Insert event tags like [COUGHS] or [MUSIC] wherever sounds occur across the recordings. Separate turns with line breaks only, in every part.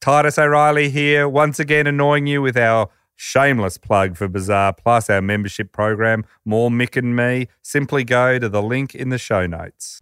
Titus O'Reilly here, once again annoying you with our shameless plug for Bazaar Plus, our membership program. More Mick and me. Simply go to the link in the show notes.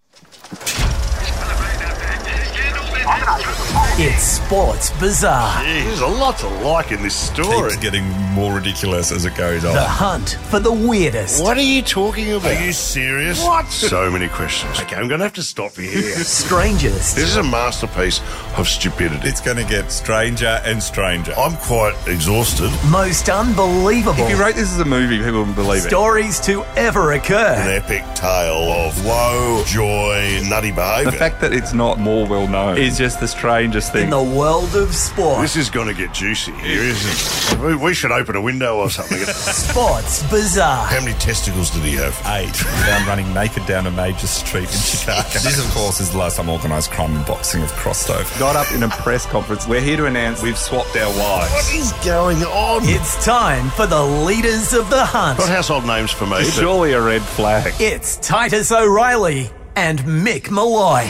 It's Sports Bizarre.
There's a lot to like in this story.
It's getting more ridiculous as it goes
The
on.
hunt for the weirdest.
What are you talking about? Are you serious? What? So many questions. Okay, I'm going to have to stop you here. this
Strangest.
is a masterpiece of stupidity.
It's going to get stranger and stranger.
I'm quite exhausted.
Most unbelievable.
If you wrote this as a movie, people wouldn't believe it.
Stories to ever
An
occur.
epic tale of woe, joy, nutty
The
behaviour.
fact that it's not more well known is just the strangest
In
thing.
the world of sport.
this is going to get juicy here, isn't it? We- We should open a window or something.
Sports Bizarre.
[LAUGHS] How many testicles did he have?
Eight found running naked down a major street in Chicago. [LAUGHS] this, of course, is the last time organised crime and boxing have crossed over. Got up in a press conference. We're here to announce we've swapped our
What
wives.
is going on?
It's time for the leaders of the
Not
hunt.
household names for me. but-
Surely a red flag.
It's Titus O'Reilly and Mick Malloy.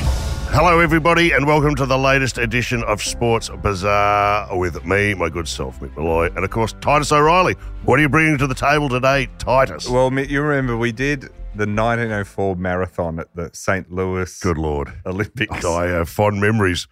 Hello, everybody, and welcome to the latest edition of Sports Bazaar with me, my good self, Mick Malloy, and of course, Titus O'Reilly. What are you bringing to the table today, Titus?
Well, Mick, you remember we did the 1904 marathon at the St. Louis
Good Lord.
Olympics.
I have fond memories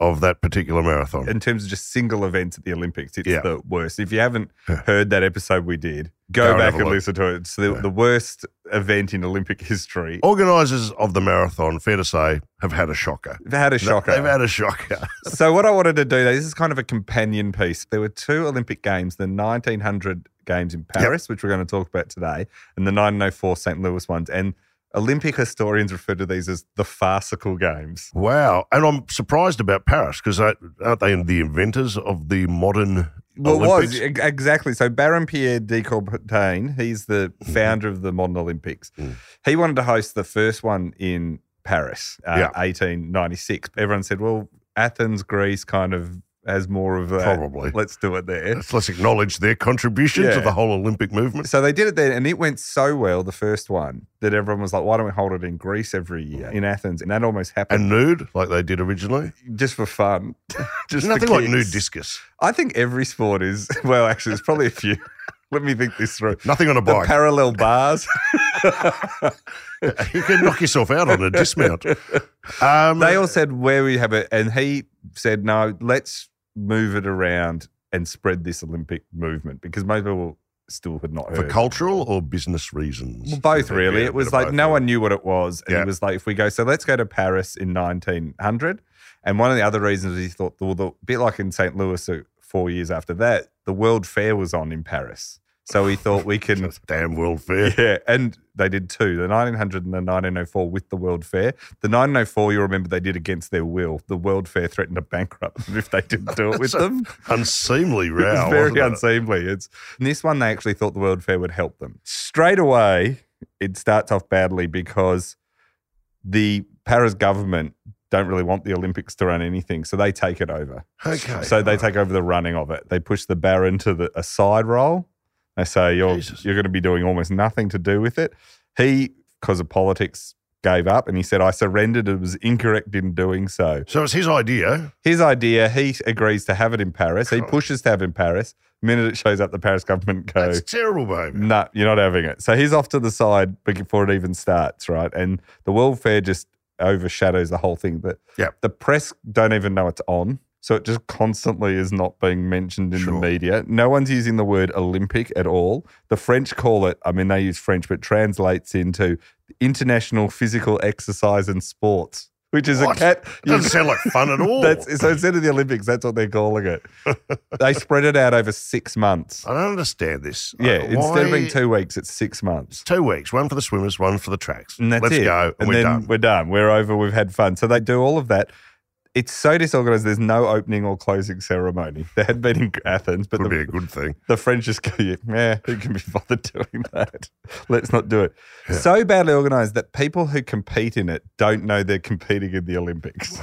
of that particular marathon.
in terms of just single events at the Olympics, it's
Yeah.
the worst. If you haven't heard that episode we did, go
Go and
back
have a
and
look.
listen to it. It's the, the worst event in Olympic
Oh,
history.
Organisers of the marathon, fair to say, have had a shocker.
They've had a shocker.
They've had a shocker. [LAUGHS]
so what I wanted to do, though, this is kind of a companion piece. There were two Olympic Games, the 1900 Games in Paris, which we're going to talk about today, and the 1904 St. Louis ones. And Olympic historians refer to these as the farcical games.
wow. And I'm surprised about Paris because aren't they the inventors of the modern
Well, it
Olympics?
was ex- exactly. So Baron Pierre de Coubertin, he's the
Mm-hmm.
founder of the modern Olympics.
Mm.
He wanted to host the first one in Paris, uh,
Yeah.
1896. Everyone said, "Well, Athens, Greece, kind of has more of that.
Probably.
Let's do it there."
Let's, let's acknowledge their contribution
Yeah.
to the whole Olympic movement.
So they did it there, and it went so well the first one that everyone was like, "Why don't we hold it in Greece every year
Mm.
in Athens?" And that almost happened
and nude, like they did originally.
just for fun.
There's
Just for
nothing like
kicks.
nude discus.
I think every sport is [LAUGHS] well. Actually, there's probably a few. [LAUGHS] Let me think this through.
Nothing on a
The
bike.
parallel
[LAUGHS]
bars.
you can knock yourself out on
[LAUGHS]
a dismount. Um,
They all said where we have it, and he said no. Let's move it around and spread this Olympic movement because most people still had not
for
heard.
cultural or business reasons.
Well, both
Yeah,
really.
a
it
bit
was
of
like
both,
no
yeah.
one knew what it was, and
Yeah.
it was like if we go, so let's go to Paris in 1900. And one of the other reasons he thought, well, the bit like in St. Louis, uh, four years after that, the World Fair was on in Paris, so he thought we can.
[LAUGHS] Just damn World Fair.
[LAUGHS] Yeah, and they did two, the 1900 and the 1904 with the World Fair. The 1904, you remember, they did against their will. The World Fair threatened to bankrupt them if they didn't do [LAUGHS] it with them.
[LAUGHS] Unseemly row.
It was
wasn't
very
it?
unseemly. It's and this one they actually thought the World Fair would help them. Straight away, it starts off badly because the Paris government don't really want the Olympics to run anything, so they take it over.
Okay.
So they take over the running of it. They push the Baron to the, a side role. They say you're
Jesus.
you're going to be doing almost nothing to do with it. He, because of politics, gave up and he said, "I surrendered. It was incorrect in doing so."
So it's his idea.
His idea. He agrees to have it in Paris. He pushes to have it in Paris. The minute it shows up, the Paris government go,
That's terrible, baby.
"No, you're not having it." So he's off to the side before it even starts, right? And the World Fair just overshadows the whole thing. But
Yep.
the press don't even know it's on. So it just constantly is not being mentioned in
Sure.
the media. No one's using the word Olympic at all. The French call it, I mean, they use French, but translates into International Physical Exercise and Sports, which is
What?
a cat.
Doesn't sound like
[LAUGHS]
fun at all.
That's, so instead of the Olympics, that's what they're calling it. they spread it out over six months.
I don't understand this.
Yeah,
Uh,
instead of
why-
being two weeks, it's six months.
two weeks, one for the swimmers, one for the tracks.
And that's
Let's
it.
go, and,
and
we're
then
done.
We're done. We're over. We've had fun. So they do all of that. It's so disorganized. There's no opening or closing ceremony. There had been in Athens, but
Would be
the,
a good thing. [LAUGHS]
the French just go, yeah, meh, who can be bothered doing that? [LAUGHS] Let's not do it. So badly organized that people who compete in it don't know they're competing in the Olympics.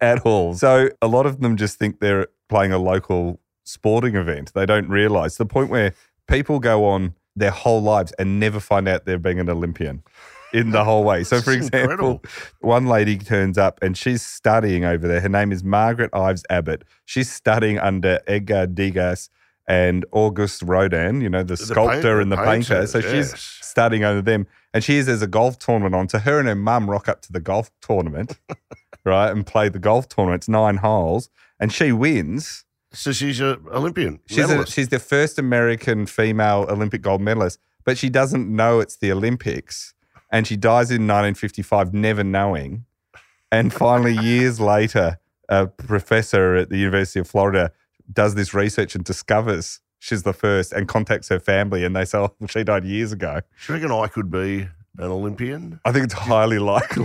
at all. So a lot of them just think they're playing a local sporting event. They don't realize the point where people go on their whole lives and never find out they're being an Olympian. in the whole
[LAUGHS]
way. So,
This
for
is
example,
incredible.
one lady turns up and she's studying over there. Her name is Margaret Ives Abbott. She's studying under Edgar Degas and August Rodin, you know, the, [LAUGHS] sculptor
painter-
and the painter.
painters,
so she's
yes.
studying under them. And she is, there's a golf tournament on. So her and her mum rock up to the golf tournament, right, and play the golf tournament. It's nine holes. And she wins.
So she's an Olympian.
She's, a,
medalist.
she's the first American female Olympic gold medalist, but she doesn't know it's the Olympics. And she dies in 1955, never knowing. And finally, years later, a professor at the University of Florida does this research and discovers she's the first and contacts her family. And they say, oh, she died years ago.
Do you reckon I could be an Olympian?
I think it's highly [LAUGHS] likely.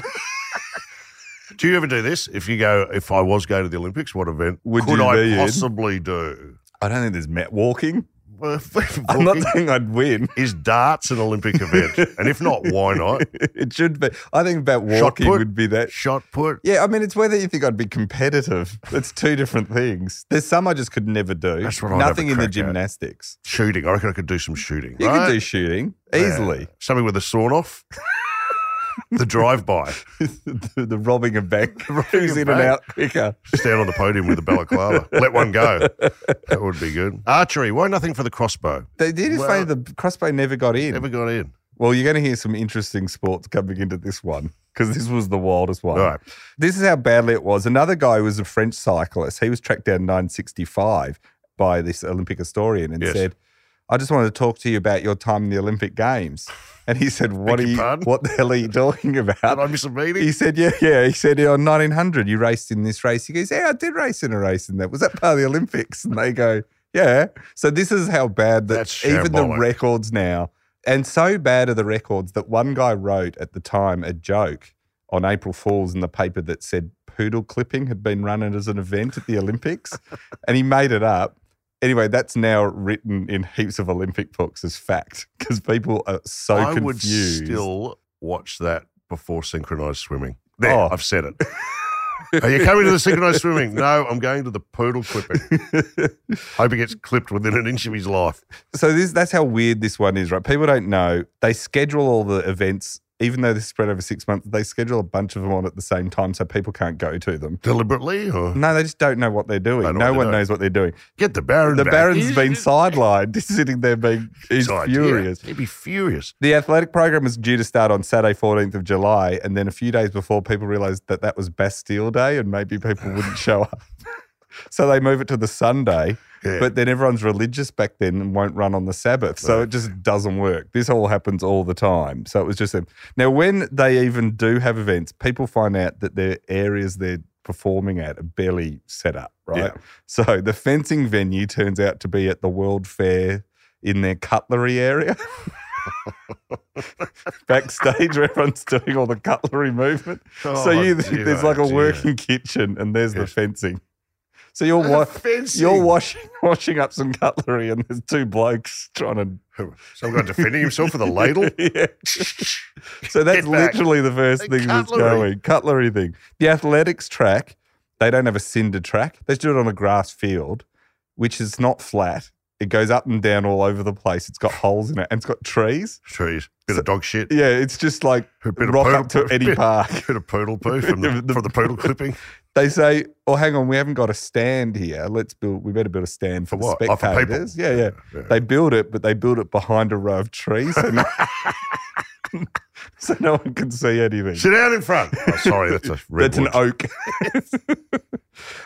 Do you ever do this? If you go, if I was going to the Olympics, what event
Would
could
you
I
be in?
possibly do?
I don't think there's met walking. [LAUGHS]
Well,
I'm not saying I'd
[LAUGHS]
win.
Is darts an Olympic event?
[LAUGHS]
and if not, why not?
It should be. I think about
Shot
walking
put?
would be that.
Shot put.
Yeah, I mean, it's whether you think I'd be competitive. It's two different things. There's some I just could never do.
That's what I'd have
Nothing
a
in the
crack at.
gymnastics.
Shooting. I reckon I could do some shooting.
You
right?
could do shooting
Yeah.
easily.
Something with a sawn
[LAUGHS]
off. the drive by.
the, the robbing a bank,
[LAUGHS] a
who's in and
bank.
out quicker.
Stand on the podium with a balaclava. Let one go. That would be good. Archery. Why nothing for the crossbow?
They did
Well-
say the crossbow never got in.
Never got in.
Well, you're going to hear some interesting sports coming into this one because this was the wildest one.
All right.
This is how badly it was. Another guy was a French cyclist. He was tracked down in 965 by this Olympic historian and
Yes.
said, I just wanted to talk to you about your time in the Olympic Games. And he
[LAUGHS]
said, What are
your
you,
pardon?
what the hell are you talking
Did I
about?
miss a meeting?
He said, Yeah, yeah. He said, On 1900, you raced in this race. He goes, Yeah, I did race in a race in that. Was that part of the Olympics? And they go, Yeah. So this is how bad that
That's
even the
shambolic.
records now, and so bad are the records that one guy wrote at the time a joke on April Fools in the paper that said poodle clipping had been run as an event at the
[LAUGHS]
Olympics, and he made it up. Anyway, that's now written in heaps of Olympic books as fact because people are so
I would
confused.
still watch that before synchronized swimming. There,
Oh. [LAUGHS]
I've said it. Are you coming to the synchronized swimming? No, I'm going to the poodle
[LAUGHS]
clipping. Hope he gets clipped within an inch of his life.
so this that's how weird this one is, right? People don't know. They schedule all the events, even though they're spread over six months, they schedule a bunch of them on at the same time so people can't go to them.
Deliberately? Or?
No, they just don't know what they're
They
doing.
don't
No
know
one
what they're
knows what they're doing.
Get the Baron
The
back.
Baron's been sidelined, just sitting there being [LAUGHS] he's
His idea.
furious.
He'd be furious.
The athletic program was due to start on Saturday, 14th of July, and then a few days before, people realized that that was Bastille Day and maybe people wouldn't [LAUGHS] show up. so they move it to the Sunday,
Yeah.
but then everyone's religious back then and won't run on the Sabbath. So it just doesn't work. This all happens all the time. So it was just them. Now, when they even do have events, people find out that their areas they're performing at are barely set up, right?
Yeah.
So the fencing venue turns out to be at the World Fair in their cutlery area. [LAUGHS]
[LAUGHS]
Backstage, where everyone's doing all the cutlery movement. so
Oh,
you,
dear,
[LAUGHS] there's like a
dear. [LAUGHS]
working kitchen, and there's the
Yes.
fencing. So you're
The
wa-
fencing.
you're
[LAUGHS]
washing [LAUGHS] washing up some cutlery, and there's two blokes trying to.
Some guy defending himself with
[LAUGHS]
a ladle. [LAUGHS]
Yeah. So that's
Get back.
literally the first
Hey,
thing that's
cutlery.
going. Cutlery thing. The athletics track, they don't have a cinder track. They just do it on a grass field, which is not flat. It goes up and down all over the place. It's got holes in it and it's got trees.
Trees. Bit of dog shit.
Yeah, it's just like
A bit of
rock
poodle
up to
poo. [LAUGHS]
any park.
Bit of poodle poo from the,
[LAUGHS] The-
from the poodle clipping.
They say, "Oh, hang on, we haven't got a stand here. Let's build. We better build a stand for,
For what?
the
Oh, for people.
spectators." yeah, yeah,
Yeah.
They build it, but they build it behind a row of trees, so no, [LAUGHS] so no one can see anything.
Sit down in front. Oh, sorry,
[LAUGHS]
that's a red
That's an oak. [LAUGHS]
[LAUGHS]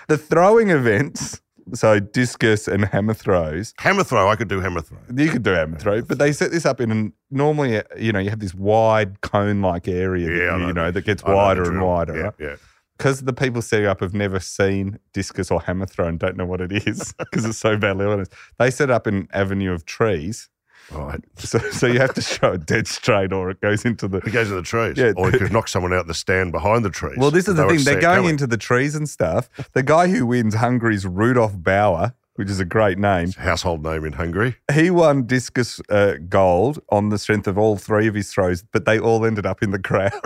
the throwing events, so discus and hammer throws.
Hammer throw. I could do hammer throw.
You could do hammer throw, but they set this up in an, normally, uh, you know, you have this wide cone-like area, that
Yeah, I
you,
know.
know, that gets
I know the
wider and
drill.
wider.
Yeah,
right?
yeah.
because the people setting up have never seen discus or hammer throw and don't know what it is because it's so badly organized. They set up an avenue of trees,
Right.
so so you have to show a dead straight or it goes into the.
It goes to the trees.
Yeah.
Or you could knock someone out the stand behind the trees.
Well, this is the
They
thing.
would
They're
say,
going
"Come
into the trees and stuff. The guy who wins Hungary's Rudolf Bauer, which is a great name,
on." Household name in Hungary.
he won discus uh, gold on the strength of all three of his throws, but they all ended up in the crowd. [LAUGHS]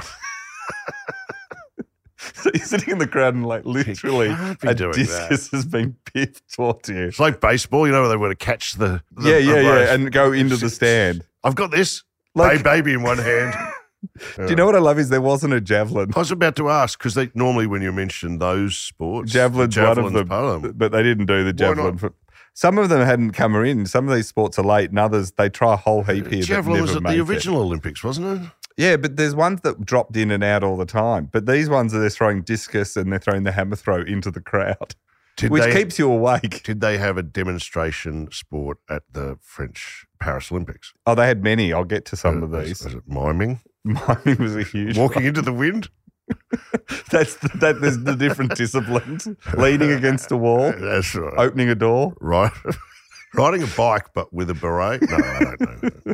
so you're sitting in the crowd and like literally
can't be
a
doing that.
discus [LAUGHS] has been piffed towards you.
It's like baseball, you know, where they want to catch the. the
yeah,
the
yeah,
race.
yeah, and go into the stand.
I've got this.
Like- [LAUGHS]
Hey, baby in one hand.
Do you know what I love is there wasn't a javelin.
I was about to ask because they normally when you mention those sports,
Javelin's, one of them,
part of them.
but they didn't do the
Why
javelin. For, some of them hadn't come in. Some of these sports are late, and others they try a whole heap here.
Javelin
that
was
never
at
make
the
it.
original Olympics, wasn't it?
Yeah, but there's ones that dropped in and out all the time. But these ones are they're throwing discus and they're throwing the hammer throw into the crowd,
[LAUGHS] Did
which
they,
keeps you awake.
Did they have a demonstration sport at the French Paris Olympics?
Oh, they had many. I'll get to some of
Was-
these. [LAUGHS]
Was it miming?
Mine was a huge. one.
Walking into the wind?
[LAUGHS] That's the, that. There's the
[LAUGHS]
different disciplines: leaning against a wall,
That's right.
opening a door.
right. [LAUGHS] Riding a bike, but with a beret? No, I
[LAUGHS]
don't know.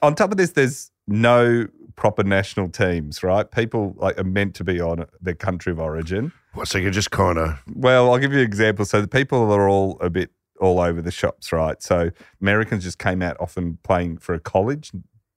on top of this, there's no proper national teams, right? People like are meant to be on their country of origin.
What, so you just kind of
Well, I'll give you an example. So the people are all a bit all over the shops, right? So Americans just came out often playing for a college.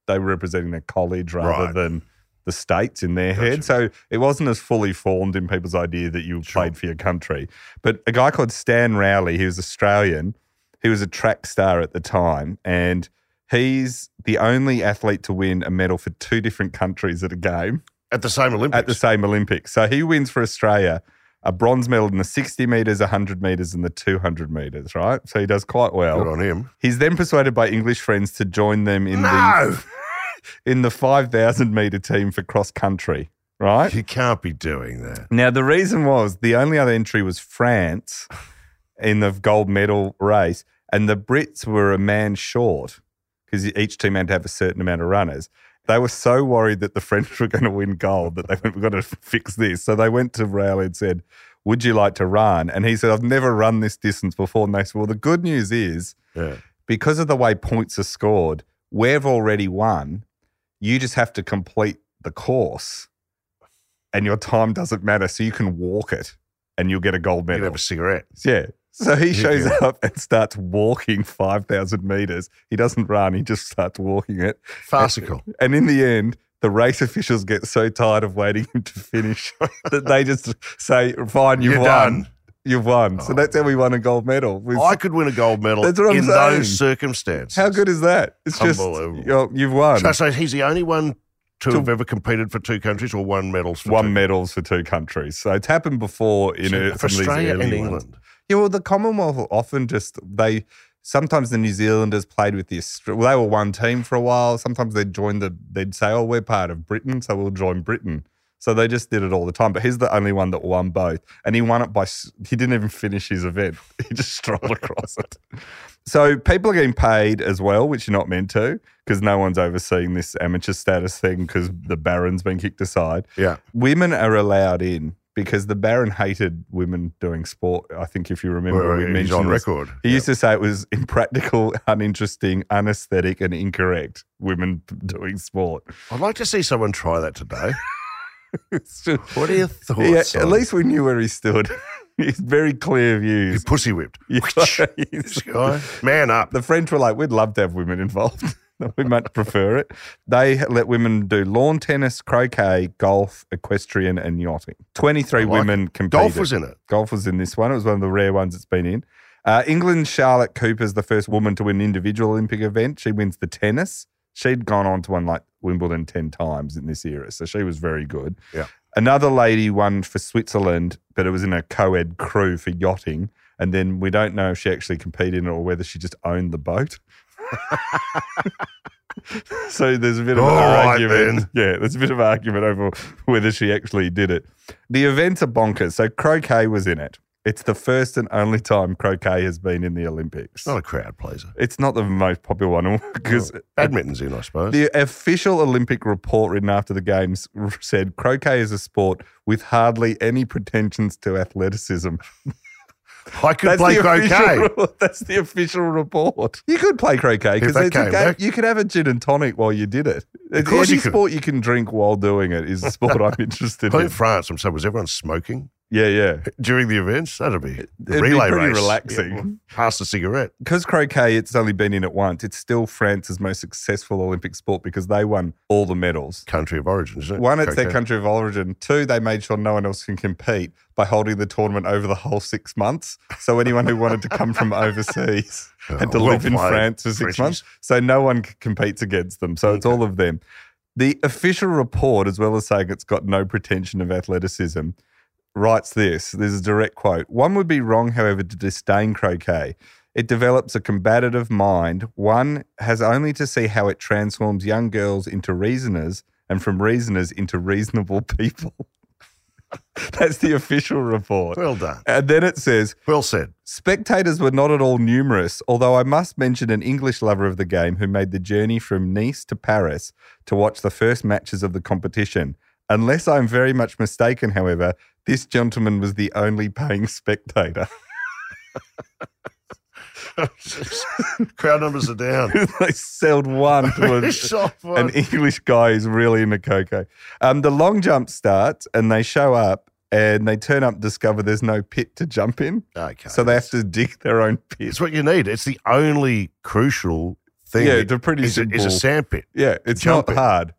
They were representing their college rather
Right.
than the states in their head. So it wasn't as fully formed in people's idea that you played for your country. But a guy called Stan Rowley, he was Australian, he was a track star at the time, and he's the only athlete to win a medal for two different countries at a game
at the same Olympics?
at the same Olympics. So he wins for Australia a bronze medal in the 60 metres, 100 metres, and the 200 metres, right? So he does quite
Good
well.
on him.
He's then persuaded by English friends to join them in
No,
the in the 5,000 metre team for cross country, right?
[LAUGHS] you can't be doing that.
[LAUGHS] Now, the reason was the only other entry was France in the gold medal race, and the Brits were a man short because each team had to have a certain amount of runners. They were so worried that the French were going to win gold that they went, We've got to [LAUGHS] fix this. So they went to Rowley and said, Would you like to run? And he said, I've never run this distance before. And they said, Well, the good news is
Yeah.
because of the way points are scored, we've already won. You just have to complete the course and your time doesn't matter. So you can walk it and you'll get a gold
You'd
medal.
have a cigarette.
yeah. So he shows
Yeah.
up and starts walking 5,000 meters. He doesn't run, he just starts walking it.
Farcical.
And in the end, the race officials get so tired of waiting [LAUGHS] him to finish that they just say, Fine, you've
You're
won.
done.
You've won. so
Oh,
that's how we won a gold medal. was-
I could win a gold medal
That's what I'm
in
saying.
those circumstances.
How good is that? It's just
Unbelievable.
you're- you've won.
So, so he's the only one to,
To-
have ever competed for two countries or won medals for
One
two.
medals for two countries. So it's happened before in
So
uh,
for
some of these
Australia
early
and
ones.
England.
Yeah, well, the Commonwealth will often just they sometimes the New Zealanders played with the Austra- well, they were one team for a while. Sometimes they'd join the they'd say, "Oh, we're part of Britain, so we'll join Britain." So they just did it all the time. But he's the only one that won both, and he won it by s- he didn't even finish his event. [LAUGHS] He just strolled across it. So people are getting paid as well, which you're not meant to, because no one's overseeing this amateur status thing because the baron's been kicked aside
Yeah.
women are allowed in because the Baron hated women doing sport. I think if you remember,
Well,
we
he's
mentioned
on
this.
record.
He used to say it was impractical, uninteresting, unaesthetic, and incorrect. Women doing sport. [LAUGHS]
I'd like to see someone try that today.
It's just-
What are your
yeah,
thoughts?
at
on-
least we knew where he stood. [LAUGHS] He's very clear
you
views.
pussy whipped.
[LAUGHS] Yeah,
This [LAUGHS]
he's-
guy, man up.
the French were like, we'd love to have women involved. [LAUGHS] we much prefer it. They let women do lawn tennis, croquet, golf, equestrian, and yachting. 23
like
women competed.
Golf was in it.
Golf was in this one. It was one of the rare ones it's been in. Uh, England's Charlotte Cooper's the first woman to win an individual Olympic event. She wins the tennis. She'd gone on to win like Wimbledon 10 times in this era. So she was very good.
Yeah.
Another lady won for Switzerland, but it was in a co ed crew for yachting. And then we don't know if she actually competed in it or whether she just owned the boat. [LAUGHS] so there's a bit of
All
an
right,
argument. Yeah, there's a bit of argument over whether she actually did it. The events are bonkers. So croquet was in it. It's the first and only time croquet has been in the Olympics.
Not a crowd pleaser.
It's not the most popular one [LAUGHS] because
Oh. Badminton's in, I suppose.
the official Olympic report written after the games said croquet is a sport with hardly any pretensions to athleticism.
I could play croquet.
Official, [LAUGHS] that's the official report. You could play croquet
If
because
that
it's a
came
game-
back.
you could have a gin and tonic while you did it. Of
course
Any
you could.
sport you can drink while doing it is a sport
[LAUGHS]
I'm interested
But in
in.
France, I'm saying, was everyone smoking
Yeah, yeah.
during the events? That'd be
be
the relay
pretty
race.
relaxing.
pass the cigarette.
Because croquet, it's only been in it once. It's still France's most successful Olympic sport because they won all the medals.
Country of origin, isn't it?
One, it's their
Croquet.
country of origin. Two, they made sure no one else can compete by holding the tournament over the whole six months. So anyone who wanted to come from overseas had to
Oh, well
live in
played,
France for six
Frenchies.
months. So no one c- competes against them. So it's all of them. The official report, as well as saying it's got no pretension of athleticism, writes this. This is a direct quote. One would be wrong, however, to disdain croquet. It develops a combative mind. One has only to see how it transforms young girls into reasoners and from reasoners into reasonable [LAUGHS] people. That's the official report.
Well done.
And then it says, [LAUGHS]
Well said.
Spectators were not at all numerous, although I must mention an English lover of the game who made the journey from Nice to Paris to watch the first matches of the competition. Unless I'm very much mistaken, however, this gentleman was the only paying spectator. [LAUGHS]
Crowd numbers
[LAUGHS]
are down.
they sold one to a, [LAUGHS]
[LAUGHS] Shot
an
one.
English guy who's really into cocoa. Um, the long jump starts, and they show up, and they turn up, and discover there's no pit to jump in,
okay.
so they have to dig their own pit.
it's what you need. It's the only crucial thing.
Yeah,
that-
it's a pretty
is, a, is a
simple-
sandpit.
Yeah, it's
Jump
not
it.
hard.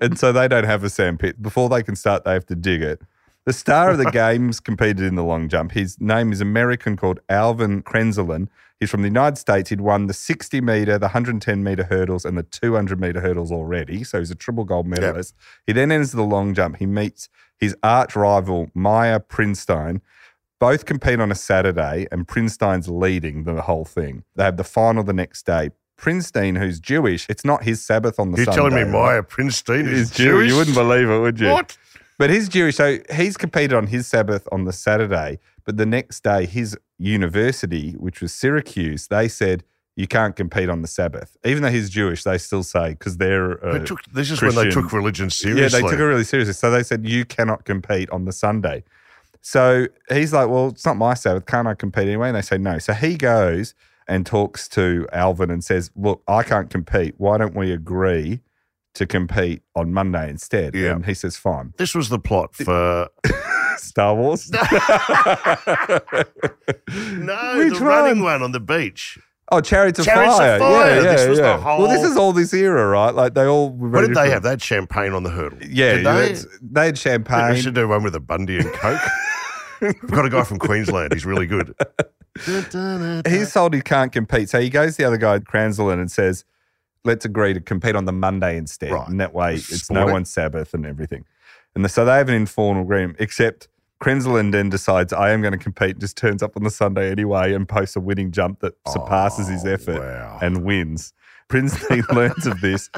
And so they don't have a sandpit. Before they can start, they have to dig it. The star of
[LAUGHS]
the games competed in the long jump. His name is American called Alvin Krenzelin. He's from the United States. He'd won the 60 meter, the 110 meter hurdles, and the 200 meter hurdles already. So he's a triple gold medalist. He then enters the long jump. He meets his arch rival, Maya Prinstein. Both compete on a Saturday, and Prinstein's leading the whole thing. They have the final the next day. Prinstein, who's Jewish, it's not his Sabbath on the
You're
Sunday.
telling me Maya Prinstein
is
is,
Jewish? You wouldn't believe it, would you?
What?
But he's Jewish, so he's competed on his Sabbath on the Saturday. But the next day, his university, which was Syracuse, they said you can't compete on the Sabbath, even though he's Jewish. They still say because they're uh,
They took, this is when they
Christian.
took religion seriously.
yeah, they took it really seriously. So they said, you cannot compete on the Sunday. So he's like, well, it's not my Sabbath. Can't I compete anyway? And they say, no. So he goes and talks to Alvin and says, look, I can't compete. Why don't we agree to compete on Monday instead?
Yeah.
And he says, fine.
this was the plot for
Star
[LAUGHS]
Wars.
[COUGHS] no
Which
the running
one?
one on the beach.
Oh, Chariots of
Chariots of
Fire.
Fire.
Yeah, yeah,
This was the
yeah. Well, this
whole-
is all this era, right? Like they all.
What did they have? They had champagne on the hurdle.
Yeah,
did they?
that's- they had champagne.
We should do one with a Bundy and [LAUGHS] Coke. We've got a guy from Queensland. He's really [LAUGHS] good.
he's told he can't compete. So he goes to the other guy, Kranzelin, and says, let's agree to compete on the Monday instead.
Right.
And that way it's
Sport
no
it.
one's Sabbath and everything. And the, so they have an informal agreement, except Krenzelin then decides, I am going to compete, just turns up on the Sunday anyway and posts a winning jump that surpasses his effort
Oh, wow.
and wins. Prinsley [LAUGHS] learns of this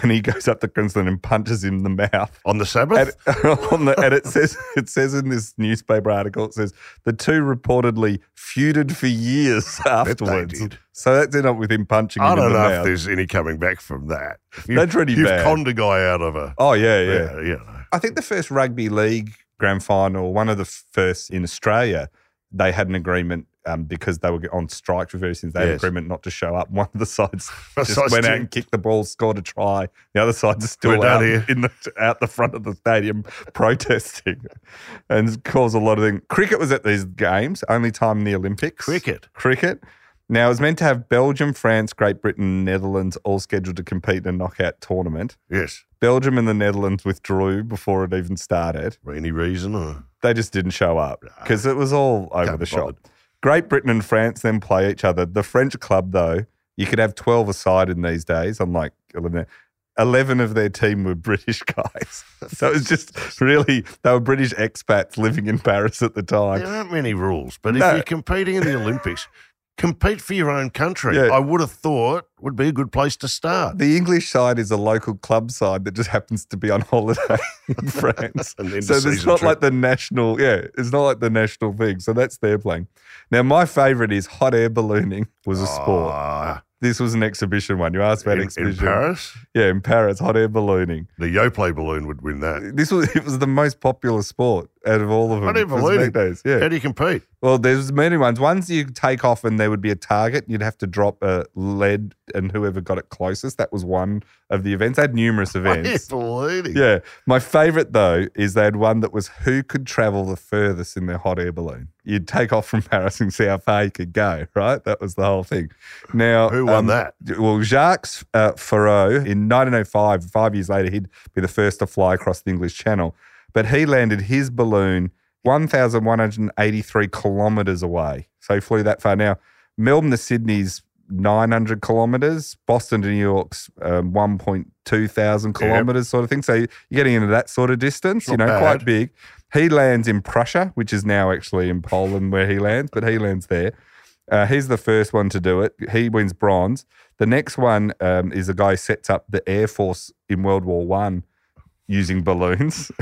and he goes up to Krenzelin and punches him in the mouth.
on the Sabbath?
And, [LAUGHS] on the, and it says it says in this newspaper article, it says the two reportedly feuded for years [LAUGHS] afterwards.
did.
So that's ended up with him punching
I
him in
don't
the
know if
mouth.
there's any coming back from that. You,
That's really
You've
bad.
conned a guy out of a.
oh yeah, yeah,
yeah, you know.
I think the first rugby league grand final, one of the first in Australia, they had an agreement. Um, because they were on strike for various things, they had an
Yes.
agreement not to show up. [LAUGHS] One of the
[LAUGHS]
sides just
sides
went out
didn't.
and kicked the ball, scored a try. The other side's still
We're
out
done here.
in the out the front of the stadium [LAUGHS] protesting, [LAUGHS] and caused a lot of things. Cricket was at these games, only time in the Olympics.
Cricket.
cricket. Now it was meant to have Belgium, France, Great Britain, Netherlands all scheduled to compete in a knockout tournament.
Yes.
Belgium and the Netherlands withdrew before it even started.
For any reason? Or,
They just didn't show up because it was all over
Can't
the
be
shop.
bothered.
Great Britain and France then play each other. The French club, though, you could have 12 aside in these days, unlike 11. 11 of their team were [LAUGHS] British guys. So it was just really, they were British expats living in Paris at the time.
there aren't many rules, but
No.
if you're competing in the Olympics, compete for your own country.
Yeah.
I would have thought would be a good place to start.
The English side is a local club side that just happens to be on holiday [LAUGHS] in France.
And then
so
the
it's
season
not
trip.
like the national, yeah, it's not like the national thing. So that's their playing. Now, my favorite is hot air ballooning was a sport.
Ah,
This was an exhibition one. You asked about
in, in
exhibition.
Paris,
Yeah, in Paris, hot air ballooning.
the Yoplait balloon would win that.
This was it was the most popular sport out of all of them.
Uh, Hot air
for
ballooning?
Smack Days, Yeah.
How do you compete?
Well, there's many ones. Ones you take off and there would be a target. You'd have to drop a lead, and whoever got it closest, that was one of the events. They had numerous
[LAUGHS]
events.
Ballooning.
yeah. My favorite, though, is they had one that was who could travel the furthest in their hot air balloon. You'd take off from Paris and see how far you could go, right? That was the whole thing. Now, um,
Who won that?
Well, Jacques uh, Ferrot in 1905, five years later, he'd be the first to fly across the English Channel. But he landed his balloon 1,183 kilometers away. So he flew that far. Now, Melbourne to Sydney's 900 kilometers. Boston to New York's um, 1.2 thousand
Yep.
kilometers, sort of thing. So you're getting into that sort of distance, you
Not
know,
bad.
quite big. He lands in Prussia, which is now actually in Poland where he lands, but he lands there. Uh, he's the first one to do it. He wins bronze. The next one um, is a guy who sets up the Air Force in World War One using balloons, [LAUGHS]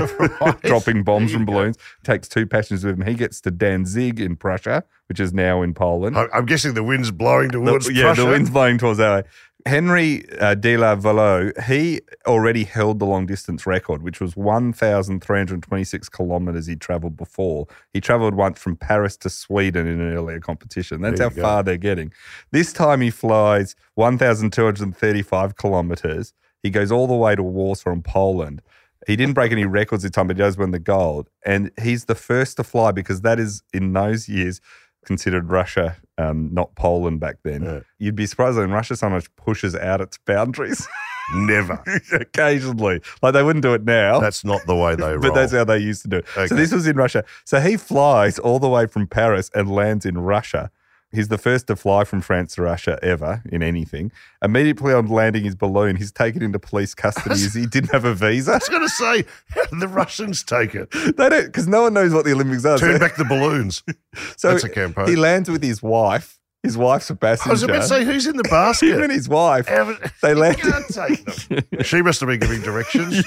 dropping bombs from balloons. Takes two passengers with him. He gets to Danzig in Prussia, which is now in Poland.
I- I'm guessing the wind's blowing towards
The- yeah,
Prussia.
the wind's blowing towards that way. Henry uh, de la Valo, he already held the long distance record, which was 1,326 kilometers he traveled before. He traveled once from Paris to Sweden in an earlier competition. That's how
There you go.
far they're getting. This time he flies 1,235 kilometers. He goes all the way to Warsaw in Poland. He didn't break any records this time, but he does win the gold. And he's the first to fly because that is, in those years, considered Russia, um, not Poland back then.
[LAUGHS] Yeah.
You'd be surprised that in Russia, so much pushes out its boundaries [LAUGHS]
Never.
occasionally. Like they wouldn't do it now.
That's not the way they
[LAUGHS]
roll.
but that's how they used to do it.
Okay.
So this was in Russia. So he flies all the way from Paris and lands in Russia. He's the first to fly from France to Russia ever in anything. Immediately on landing his balloon, he's taken into police
[LAUGHS]
custody as he didn't have a visa.
I was going to say, how did the Russians take it?
[LAUGHS] They don't because no one knows what the Olympics are.
Turn
So,
back the balloons.
[LAUGHS] so
That's a campaign.
he lands with his wife. His wife's a
I
passenger.
was about to say,
[LAUGHS]
who's in the
him
basket?
and his wife.
How-
They
you
land.
can't take [LAUGHS] them. She must have been giving directions.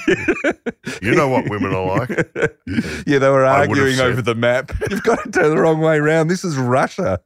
You know what women are like.
yeah, they were
I would've
arguing
said-
over the map. [LAUGHS] You've got to turn the wrong way round. This is Russia.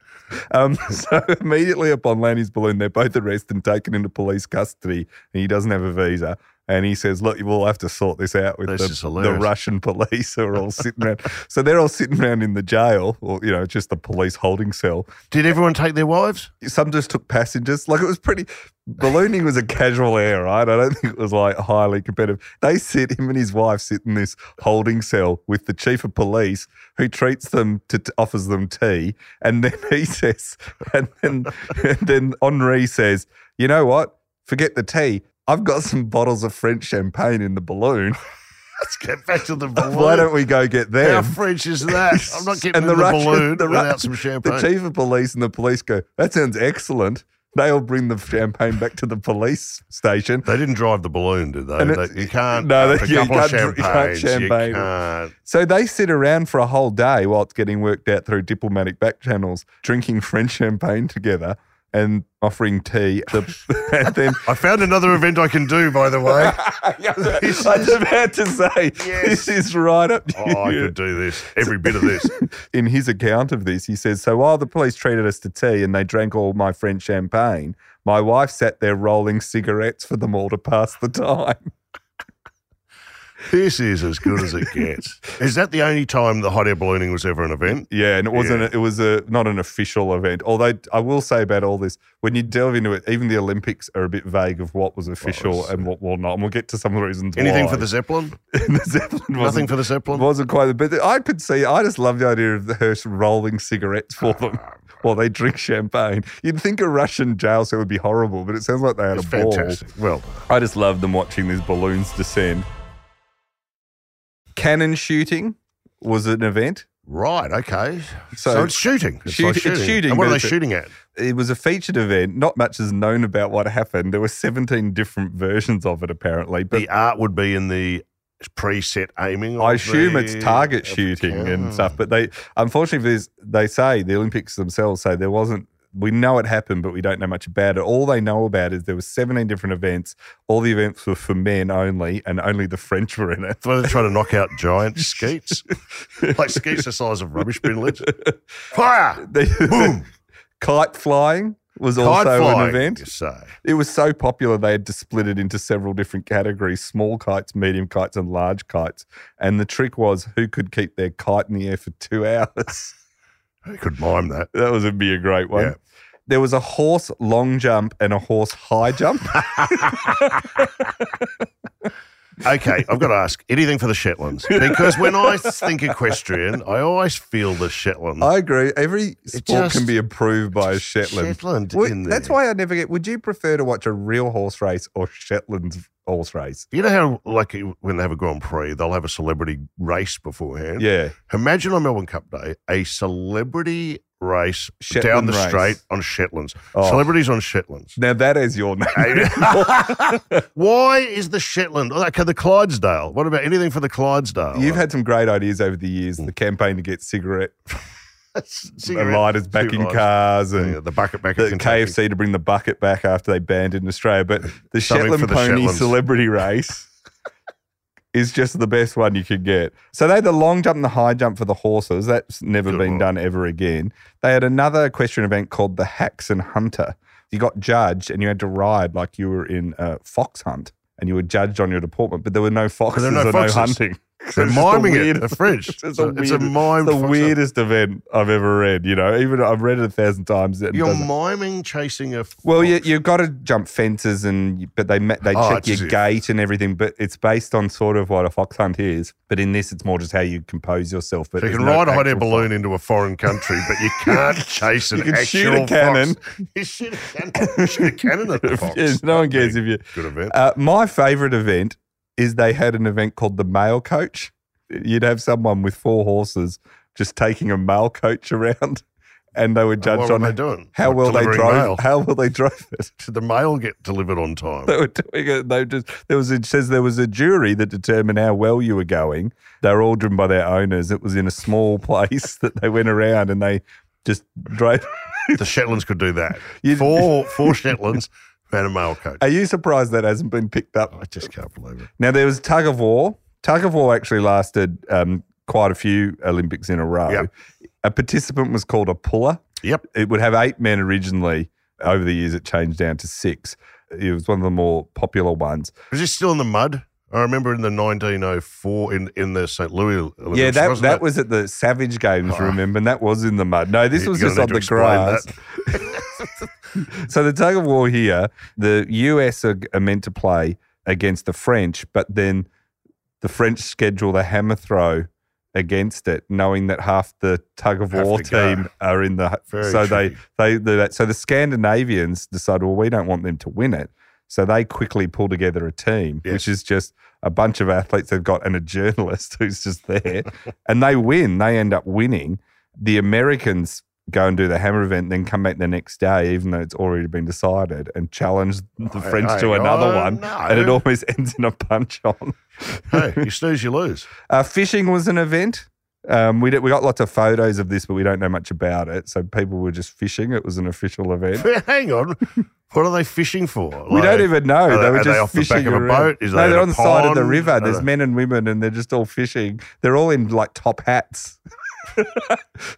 Um, [LAUGHS] so immediately upon landing his balloon, they're both arrested and taken into police custody, and he doesn't have a visa. And he says, "Look, you will have to sort this out with
This is
the, the
hilarious.
Russian police who are all sitting around." So they're all sitting around in the jail, or you know, just the police holding cell.
Did everyone take their wives?
Some just took passengers. Like it was pretty. Ballooning was a casual air, right? I don't think it was like highly competitive. They sit him and his wife sit in this holding cell with the chief of police, who treats them to t- offers them tea, and then [LAUGHS] he says, and then and then Henri says, you know what? Forget the tea. I've got some bottles of French champagne in the balloon. [LAUGHS]
Let's get back [LAUGHS] to the balloon.
Why don't we go get
How
them?
French is that? [LAUGHS] I'm not getting
And
in
the
the,
Russian-
balloon
the
without
Russian-
some champagne.
The chief of police and the police go, that sounds excellent. They all bring the champagne back to the police station.
they didn't drive the balloon, did they?
And it-
They- you can't.
No,
have
they-
a
you
couple of
can't dr- you can't
champagnes,
champagne.
can't.
So they sit around for a whole day while it's getting worked out through diplomatic back channels, drinking [LAUGHS] French champagne together and offering tea. [LAUGHS] The- and then [LAUGHS]
I found another event I can do, by the [LAUGHS] way.
I was about to say,
Yes.
this is right up
Oh, I
your-
could do this. Every bit of this.
in his account of this, he says, So while the police treated us to tea and they drank all my French champagne, my wife sat there rolling cigarettes for them all to pass the time.
This is as good as it gets. Is that the only time the hot air ballooning was ever an event?
[LAUGHS] Yeah, and it wasn't it was a not an official event. Although I will say about all this, when you delve into it, even the Olympics are a bit vague of what was official
was-
and what will not. And we'll get to some of the reasons
Anything
why.
for
[LAUGHS]
the Zeppelin?
the Zeppelin
Nothing
wasn't-
for the Zeppelin?
Wasn't quite, but I could see. I just love the idea of the Hirsch rolling cigarettes for them
Ah,
while they drink champagne. You'd think a Russian jail cell would be horrible, but it sounds like they had
It's
a ball.
fantastic. Well,
I just love them watching these balloons descend. Cannon shooting was an event.
right, okay. So,
So-
it's shooting. It's,
Shoot-
like
it's
shooting.
shooting,
And what
but
are they
it's a-
shooting at?
It was a featured event. Not much is known about what happened. There were 17 different versions of it, apparently. But
The art would be in the preset aiming.
I
of
assume
the-
it's target
of-
shooting
Oh.
and stuff. But they, unfortunately, for this, they say the Olympics themselves say there wasn't. We know it happened, but we don't know much about it. All they know about is there were 17 different events. All the events were for men only, and only the French were in it. [LAUGHS]
Were they trying to knock out giant skeets? like skeets the size of rubbish
[LAUGHS]
bin lids? Fire!
They- [LAUGHS] Kite flying was
Kite
also
flying,
an event.
You say.
It was so popular they had to split it into several different categories: small kites, medium kites, and large kites. And the trick was who could keep their kite in the air for two [LAUGHS] hours.
Who could mime that?
That was would be a great one.
Yeah.
There was a horse long jump and a horse high jump.
Okay, I've got to ask anything for the Shetlands because
[LAUGHS]
when I think equestrian, I always feel the
[LAUGHS]
Shetland.
I agree. Every sport
just-
can be approved by a
just
Shetland.
Shetland
Would-
in
that's
there.
why I never get. Would you prefer to watch a real horse race or Shetland's horse race?
you know how, like, when they have a Grand Prix, they'll have a celebrity race beforehand.
Yeah.
Imagine on Melbourne Cup Day a celebrity race
Shetland
down the
race.
straight on Shetlands.
Oh.
Celebrities
[LAUGHS]
on Shetlands.
Now that is your name.
[LAUGHS] Why is the Shetland? Okay, the Clydesdale. What about anything for the Clydesdale?
You've
[LAUGHS]
had some great ideas over the years. The campaign to get cigarette
Cigarette-
lighters back in
cigarette-
cars and
Yeah, the bucket back
the
in Kentucky. [LAUGHS]
KFC to bring the bucket back after they banned it in Australia. But the
Something for
Shetland
the
Pony
Shetlands.
Celebrity
[LAUGHS]
Race is just the best one you could get. So they had the long jump and the high jump for the horses. That's never
Good
been
one.
done ever again. They had another equestrian event called the Hacks and Hunter. You got judged and you had to ride like you were in a fox hunt. And you were judged on your deportment, but there were no foxes
no
or
foxes.
no hunting.
[LAUGHS] They're
It's just the
miming it.
weirdest-
The
[LAUGHS]
French.
It's,
It's,
just
a,
the
it's a
weirdest-
mimed
the
fox.
weirdest event I've ever read. You know, even I've read it a thousand times. It
You're
doesn't-
miming chasing a.
Well,
fox.
you, you've got to jump fences, and but they ma- they
Oh,
check
it's as
your
if-
gait and everything. But it's based on sort of what a fox hunt is. But in this, it's more just how you compose yourself. But
So you
there's
can
no
ride a hot air
actual
balloon into a foreign country, but you can't
[LAUGHS]
chase an
You can
actual
shoot a
fox.
cannon.
[LAUGHS] You shoot a cannon. Shoot a
[LAUGHS]
cannon at the
fox.
fox.
Yeah, no one cares
That'd
if you.
be a Good event.
Uh, my favorite event is they had an event called the mail coach. You'd have someone with four horses just taking a mail coach [LAUGHS] around, and they were
what
judged
were
on
they doing?
how well they
Delivering
drove.
mail.
How well they [LAUGHS] drove it.
Did the mail get delivered
[LAUGHS]
on time?
they were doing it. They just there was it says there was a jury that determined how well you were going. They were all driven by their owners. It was in a small [LAUGHS] place that they went around and they just drove.
The Shetlands could do that.
You-
Four four Shetlands and a
[LAUGHS]
mail coach.
Are you surprised that hasn't been picked up?
I just can't believe it.
Now there was tug of war. Tug of war actually lasted um, quite a few Olympics in a row.
Yep.
A participant was called a puller.
Yep.
It would have eight men originally. Over the years, it changed down to six. It was one of the more popular ones.
Was this still in the mud? I remember in the 1904 in, in the St. Louis Olympics.
Yeah, that
wasn't
that
it?
was at the Savage Games,
Oh.
remember? And that was in the mud. No, this
You-
was
you're
just
gonna
on
need
the
to explain
grass. so the tug of war here, the US are, are meant to play against the French, but then the French schedule the hammer throw against it, knowing that half the tug of
Have
war
to go.
team are in the
Very
so they
tricky.
they do that. So the Scandinavians decide, well, we don't want them to win it. So they quickly pull together a team,
Yes.
which is just a bunch of athletes they've got and a journalist [LAUGHS] who's just there. and they win. They end up winning. The Americans go and do the hammer event, then come back the next day, even though it's already been decided, and challenge the [LAUGHS]
Hey,
French to
hey,
another
oh,
one.
no.
And it almost [LAUGHS] ends in a punch on.
hey, you snooze, you lose.
Uh, fishing was an event. Um, we, did, we got lots of photos of this, but we don't know much about it. So people were just fishing. It was an official event.
Hang on. What are they fishing for?
We
Like,
don't even know.
Are
They,
they,
were
are
just
they off the
fishing
back of a
around.
boat? Is
no,
they
they're
in
on
a
the side of the
pond?
river.
Are
There's
they-
men and women, and they're just all fishing. They're all in like top hats [LAUGHS]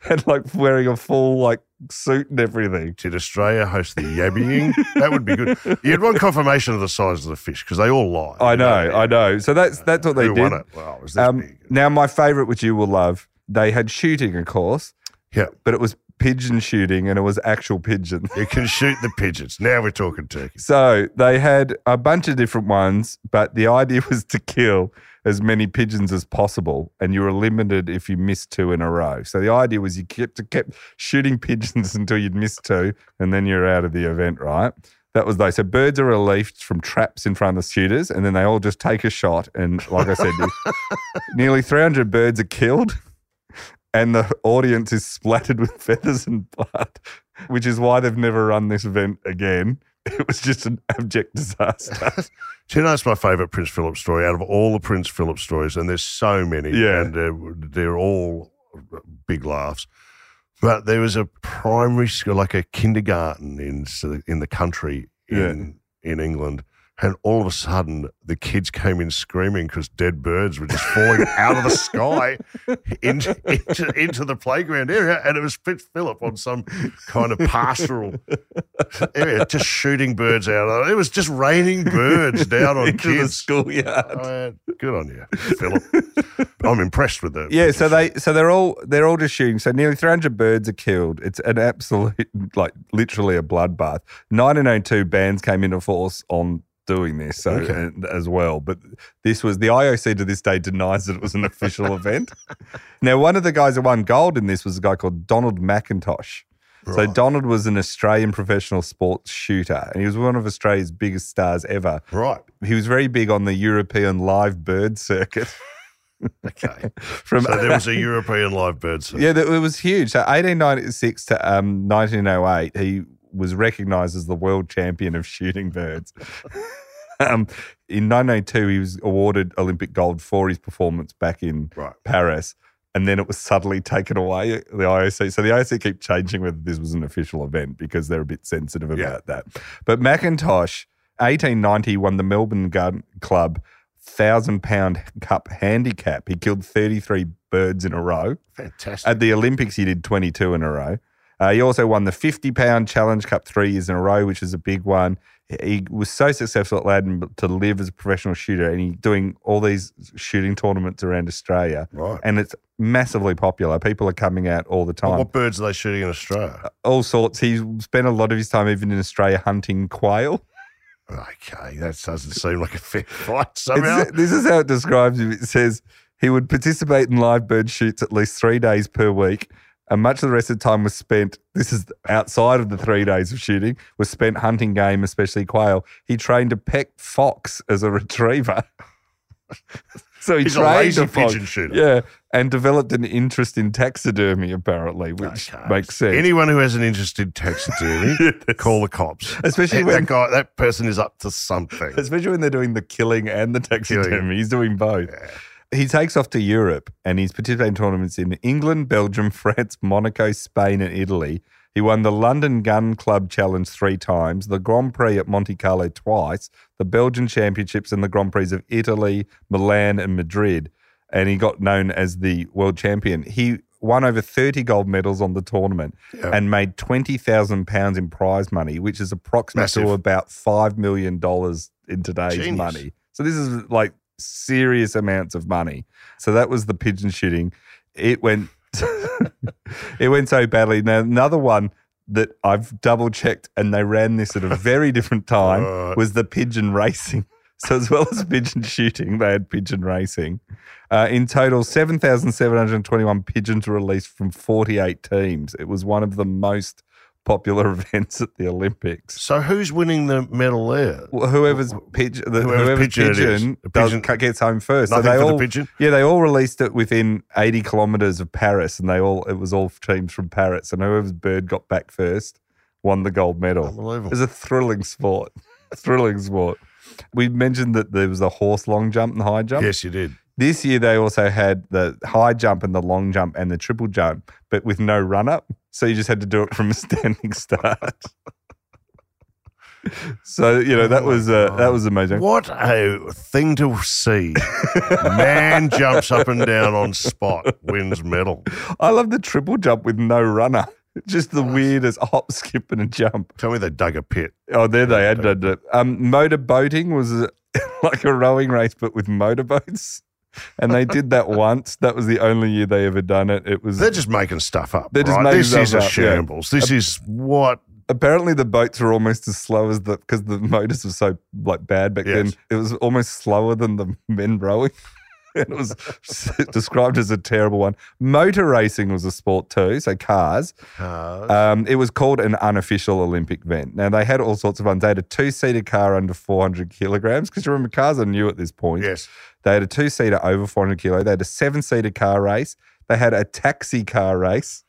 and like wearing a full like suit and everything.
Did Australia host the yabbying? that would be good. You'd want confirmation of the size of the fish because they all lie.
I
You
know, I know. So that's that's what they
Who
did.
won it? Wow, it was this
Um,
big.
now, my favourite, which you will love, they had shooting, of course,
Yeah,
but it was pigeon shooting, and it was actual pigeons.
you can shoot the pigeons. Now we're talking turkeys.
So they had a bunch of different ones, but the idea [LAUGHS] was to kill as many pigeons as possible, and you were limited if you missed two in a row. So the idea was you kept kept shooting [LAUGHS] pigeons until you'd missed two, and then you're out of the event, right? That was they. So birds are released from traps in front of the shooters, and then they all just take a shot. And like I said, nearly 300 birds are killed, and the audience is splattered with [LAUGHS] feathers and blood, which is why they've never run this event again. [LAUGHS] It was just an abject [LAUGHS] disaster.
Do you know it's my favourite Prince Philip story out of all the Prince Philip stories, and there's so many.
Yeah.
and they're, they're all big laughs. But there was a primary school, like a kindergarten in s- in the country in in England, and all of a sudden the kids came in screaming because dead birds were just falling out of the sky into, [LAUGHS] into into the playground area, and it was Prince Philip on some kind of
[LAUGHS]
pastoral area, just shooting birds out. of- It was just raining birds down
[LAUGHS]
on
Into the
kids.
schoolyard.
Uh, good on you, Philip. I'm impressed with that.
[LAUGHS] Yeah, so they so they're all they're all just shooting. So nearly 300 birds are killed. It's an absolute [LAUGHS] like literally a bloodbath. 1902 bans came into force on doing this so
Okay.
and- as well, but this was the IOC to this day denies that it was an [LAUGHS] official event. Now, one of the guys that won gold in this was a guy called Donald McIntosh. So Donald was an Australian professional sports shooter, and he was one of Australia's biggest stars ever
right.
he was very big on the European live bird circuit. [LAUGHS]
Okay.
From
So there was a European live bird song.
Yeah, that, it was huge. So 1896 to um, 1908, he was recognized as the world champion of shooting birds. [LAUGHS] um, in 1902, he was awarded Olympic gold for his performance back in
Right.
Paris. And then it was suddenly taken away, the IOC. So the IOC keep changing whether this was an official event because they're a bit sensitive about
Yeah.
that. But McIntosh, 1890, won the Melbourne Gun Club thousand pound cup handicap. He killed 33 birds in a row.
Fantastic.
At the Olympics, he did 22 in a row. Uh, he also won the 50 pound Challenge Cup three years in a row, which is a big one. He was so successful at Laddin to live as a professional shooter, and he's doing all these shooting tournaments around Australia.
Right.
And it's massively popular. People are coming out all the time.
What birds are they shooting in Australia?
All sorts. He spent a lot of his time, even in Australia, hunting quail.
Okay, that doesn't seem like a fair fight
It's-
somehow.
this is how it describes him. It says he would participate in live bird shoots at least three days per week, and much of the rest of the time was spent. This is outside of the three days of shooting. Was spent hunting game, especially quail. He trained a peck fox as a retriever. [LAUGHS] So he
He's a
trained
lazy
fox.
pigeon shooter.
Yeah, and developed an interest in taxidermy, apparently, which
Okay.
makes sense.
Anyone who has an interest in taxidermy,
[LAUGHS]
call the cops.
Especially
that,
when-
that guy, that person is up to something.
Especially when they're doing the killing and the taxidermy. He's doing both. He takes off to Europe and he's participated in tournaments in England, Belgium, [LAUGHS] France, Monaco, Spain, and Italy. He won the London Gun Club Challenge three times, the Grand Prix at Monte Carlo twice, the Belgian Championships, and the Grand Prix of Italy, Milan, and Madrid. And he got known as the world champion. He won over 30 gold medals on the tournament and made £20,000 in prize money, which is approximate
Massive.
to about $5 million in today's
Genius.
money. So this is like serious amounts of money. So that was the pigeon shooting. It went [LAUGHS] it went so badly. Now another one that I've double checked and they ran this at a very
[LAUGHS]
different time
Right.
was the pigeon racing. So as well as pigeon shooting, they had pigeon racing. Uh, in total, 7,721 pigeons were released from 48 teams. It was one of the most popular [LAUGHS] events at the Olympics.
So who's winning the medal there?
Well, whoever's pigeon, the,
whoever's
whoever's,
pigeon it
pigeon,
is. The
does,
pigeon-
gets home first.
Nothing for the
all,
pigeon?
Yeah, they all released it within eighty kilometers of Paris, and they all it was all teams from Paris, and whoever's bird got back first won the gold medal.
Unbelievable.
It's a thrilling sport, [LAUGHS] thrilling sport. We mentioned that there was a horse long jump and high jump.
Yes, you did.
This year they also had the high jump and the long jump and the triple jump, but with no run up. So you just had to do it from a [LAUGHS] standing start. so you know that was uh, that was amazing.
Oh What a thing to
[LAUGHS]
see. Man jumps up and down on spot, wins medal.
I love the triple jump with no runner. [LAUGHS] Just the weirdest hop, skip, and a jump.
Tell me they dug a pit.
Oh, there they had done it. Um, motor boating was uh, [LAUGHS] like a rowing race, but with motorboats. And they did that once. That was the only year they ever done it. It was
They're just making stuff up.
They're just
right?
making
this
stuff
is a
up, yeah.
shambles. This is what
apparently the boats were almost as slow as the because the motors were so like bad back then
Yes.
it was almost slower than the men rowing [LAUGHS] it was described as a terrible one motor racing was a sport too so cars
uh,
um, it was called an unofficial olympic event now they had all sorts of ones they had a two-seater car under 400 kilograms because remember cars are new at this point
yes.
they had a two seater over 400 kilo they had a seven seater car race they had a taxi car race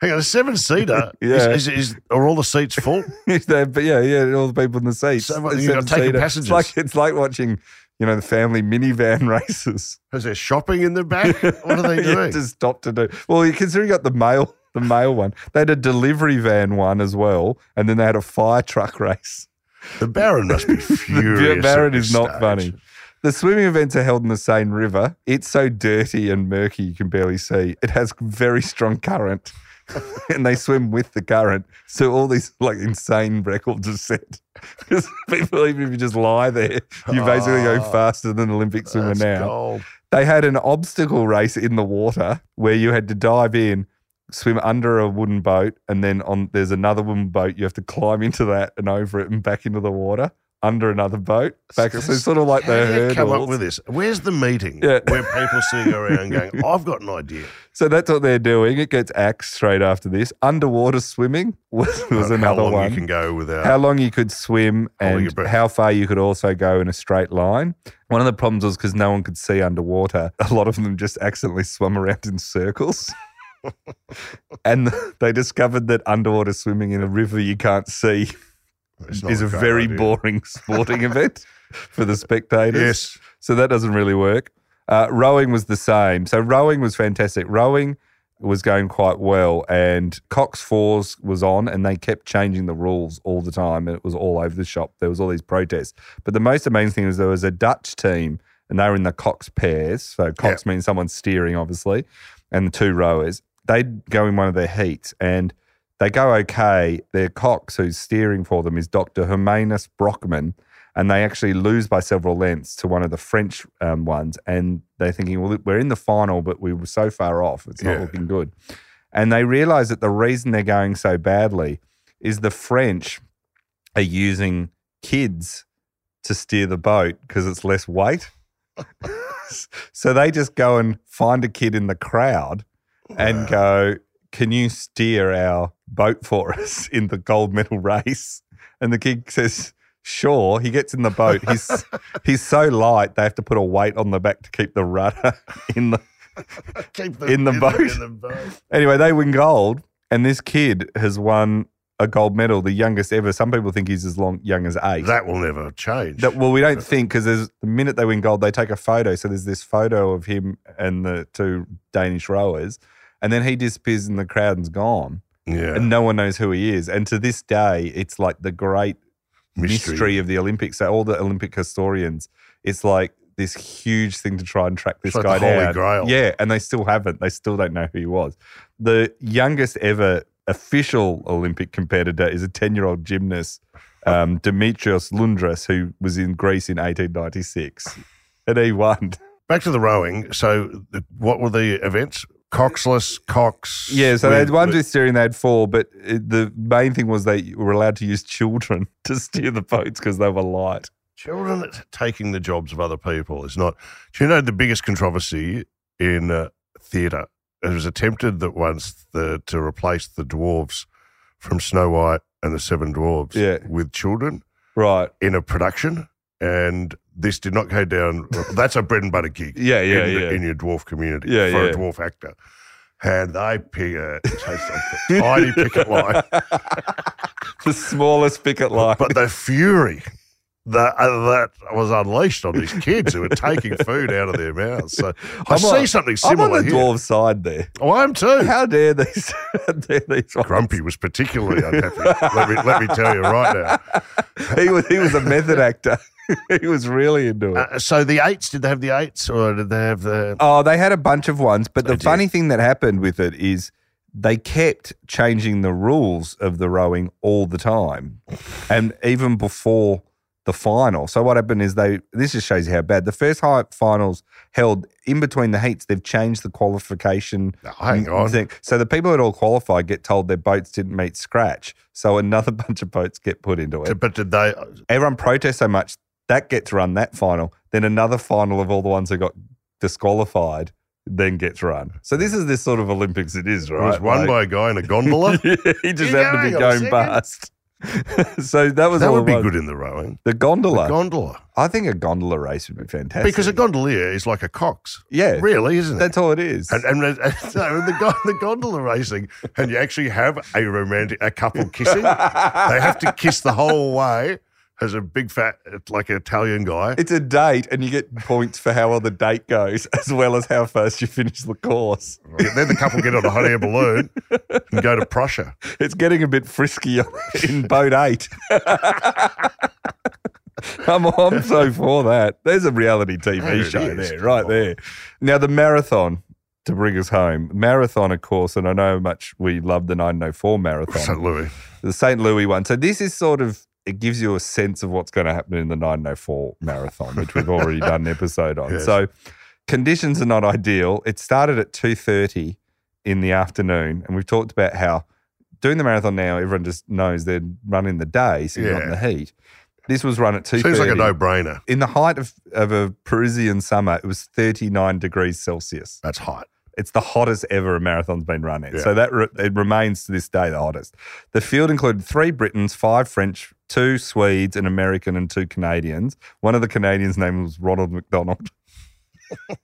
Hang on, a seven seater.
[LAUGHS] Yeah.
is, is, is, are all the
[LAUGHS]
seats full?
If they- but yeah, yeah, all the people in the seats.
So
The
what, you've got to
seven-seater.
take the
It's like
passengers.
it's like watching, you know, the family minivan [LAUGHS] races.
Is there shopping in the back?
[LAUGHS]
What are they
You
doing?
have to stop to do. Well, you consider you got the mail, the mail one. They had a delivery van one as well, and then they had a fire truck race.
the Baron must be
[LAUGHS]
furious.
The
at
Baron
this
is not
stage.
funny. The swimming events are held in the Seine River. It's so dirty and murky you can barely see. It has very strong current, [LAUGHS] and they swim with the current. So all these like insane records are set [LAUGHS] because people, even if you just lie there, you basically go faster than an Olympic swimmer
Ah, That's
now.
gold.
They had an obstacle race in the water where you had to dive in, swim under a wooden boat, and then on there's another wooden boat. You have to climb into that and over it and back into the water. under another boat. Back, so it's sort of like
How
their
do you
hurdles.
come up with this? Where's the meeting
Yeah.
where people sitting around
[LAUGHS]
going, I've got an idea?
So that's what they're doing. It gets axed straight after this. Underwater swimming was, was
How
another
long
one.
Oh, you can go without.
how long you could swim
How long
and
your breath-
how far you could also go in a straight line. One of the problems was because no one could see underwater. A lot of them just accidentally swum around in circles.
[LAUGHS]
and they discovered that underwater swimming in a river you can't see
It's not
is a
great
very
idea.
boring [LAUGHS] sporting event for the spectators.
Yes.
So that doesn't really work. Uh, rowing was the same. So rowing was fantastic. Rowing was going quite well, and Cox Fours was on, and they kept changing the rules all the time, and it was all over the shop. There was all these protests, but the most amazing thing was there was a Dutch team, and they were in the Cox pairs. So Cox means someone's steering, obviously, and the two rowers. They'd go in one of their heats, and they go okay. Their Cox, who's steering for them, is Dr. Hermanus Brockman and they actually lose by several lengths to one of the French um, ones. And they're thinking, well, we're in the final, but we were so far off. It's not
Yeah.
looking good. And they realize that the reason they're going so badly is the French are using kids to steer the boat because it's less weight. so they just go and find a kid in the crowd and go, Can you steer our boat for us [LAUGHS] in the gold medal race? And the kid says, Sure. He gets in the boat. He's he's so light they have to put a weight on the back to keep the rudder [LAUGHS] in the
Keep them
in the boat.
[LAUGHS] In the boat.
Anyway, they win gold, and this kid has won a gold medal, the youngest ever. Some people think he's as long young as eight.
That will never change.
That- well, we don't think because there's the minute they win gold, they take a photo. So there's this photo of him and the two Danish rowers, and then he disappears in the crowd and's gone,
yeah.
and no one knows who he is. And to this day, it's like the great mystery. of the Olympics. So all the Olympic historians, it's like this huge thing to try and track this
It's like
guy
the Holy
down.
Grail.
Yeah, and they still haven't. They still don't know who he was. The youngest ever official Olympic competitor is a ten-year-old gymnast, um, Dimitrios Lundras, who was in Greece in 1896, and he
[LAUGHS]
won.
Back to the rowing. So, the, what were the events? Coxless, Cox.
Yeah, so they had
with-
one
with-
to steering, they had four, but uh, the main thing was they were allowed to use children [LAUGHS] to steer the boats because they were light.
Children taking the jobs of other people is not. Do you know the biggest controversy in uh, theatre? It was attempted that once the, to replace the dwarves from Snow White and the Seven Dwarves
Yeah.
with children
Right.
in a production, and this did not
[LAUGHS]
go down. That's a bread and butter gig.
Yeah, yeah,
in,
yeah.
in your dwarf community
Yeah,
for
yeah.
a dwarf actor. And they pick a,
[LAUGHS]
a tiny picket line,
the smallest picket line.
but the fury that uh, that was unleashed on these kids who were taking food out of their mouths.
[LAUGHS]
So I
I'm
see
on-
something
I'm
similar
on the
here.
dwarf side
[LAUGHS]
there.
Oh, I am too.
How dare these? [LAUGHS] How dare these? ones.
Grumpy was particularly unhappy. let me let me tell you right now.
[LAUGHS] He was he was a method actor. [LAUGHS] he was really into it.
Uh, so the eights, did they have the eights, or did they have the?
oh, they had a bunch of ones, but the
did.
funny thing that happened with it is they kept changing the rules of the rowing all the time, and even before the final. So what happened is they. This just shows you how bad the first high finals held in between the heats. They've changed the qualification.
Oh, hang on.
thing. So the people who had all qualified get told their boats didn't meet scratch. So another [LAUGHS] bunch of boats get put into it.
But did they?
Everyone protests so much that gets run that final. Then another final of all the ones who got disqualified then gets run. So this is this sort of Olympics it is,
It
right?
was won by a guy in
[LAUGHS]
a gondola.
by he just
You
happened to be
going on a
going past. [LAUGHS] so that was
that
all
would
it
be
was.
good in the rowing.
The gondola.
Gondola.
I think a gondola race would be fantastic.
Because a gondolier is like a cox,
yeah,
really, isn't it?
that's all it is.
And, and, and so in the, go- the gondola racing, and you actually have a romantic, a couple
[LAUGHS]
kissing. they have to kiss the whole way. As a big fat, like Italian guy.
It's a date, and you get points for how well the date goes, [LAUGHS] as well as how fast you finish the course.
then the couple get on a hot air balloon and go to Prussia.
It's getting a bit frisky [LAUGHS] in boat eight. [LAUGHS] I'm, I'm so for that. There's a reality
There
TV
it
show
is.
there, right there. Now, the marathon, to bring us home, marathon, of course, and I know how much we love the 904 marathon.
St. Louis.
the St. Louis one. So this is sort of it gives you a sense of what's going to happen in the 904 marathon, which we've
[LAUGHS]
already done an episode on.
Yes.
So conditions are not ideal. It started at 2:30 in the afternoon, and we've talked about how doing the marathon now, everyone just knows they're running the day, so you're not in the heat. This was run at two.
Seems like a no-brainer.
In the height of, of a Parisian summer, it was 39 degrees Celsius.
That's hot.
It's the hottest ever a marathon's been run in.
Yeah.
So that re- it remains to this day the hottest. The field included three Britons, five French, two Swedes, an American, and two Canadians. One of the Canadians' name was Ronald McDonald. [LAUGHS]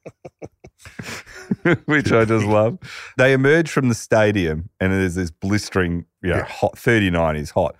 Which I just love. They emerged from the stadium, and there's this blistering, you know,
Yeah.
hot 39 is hot.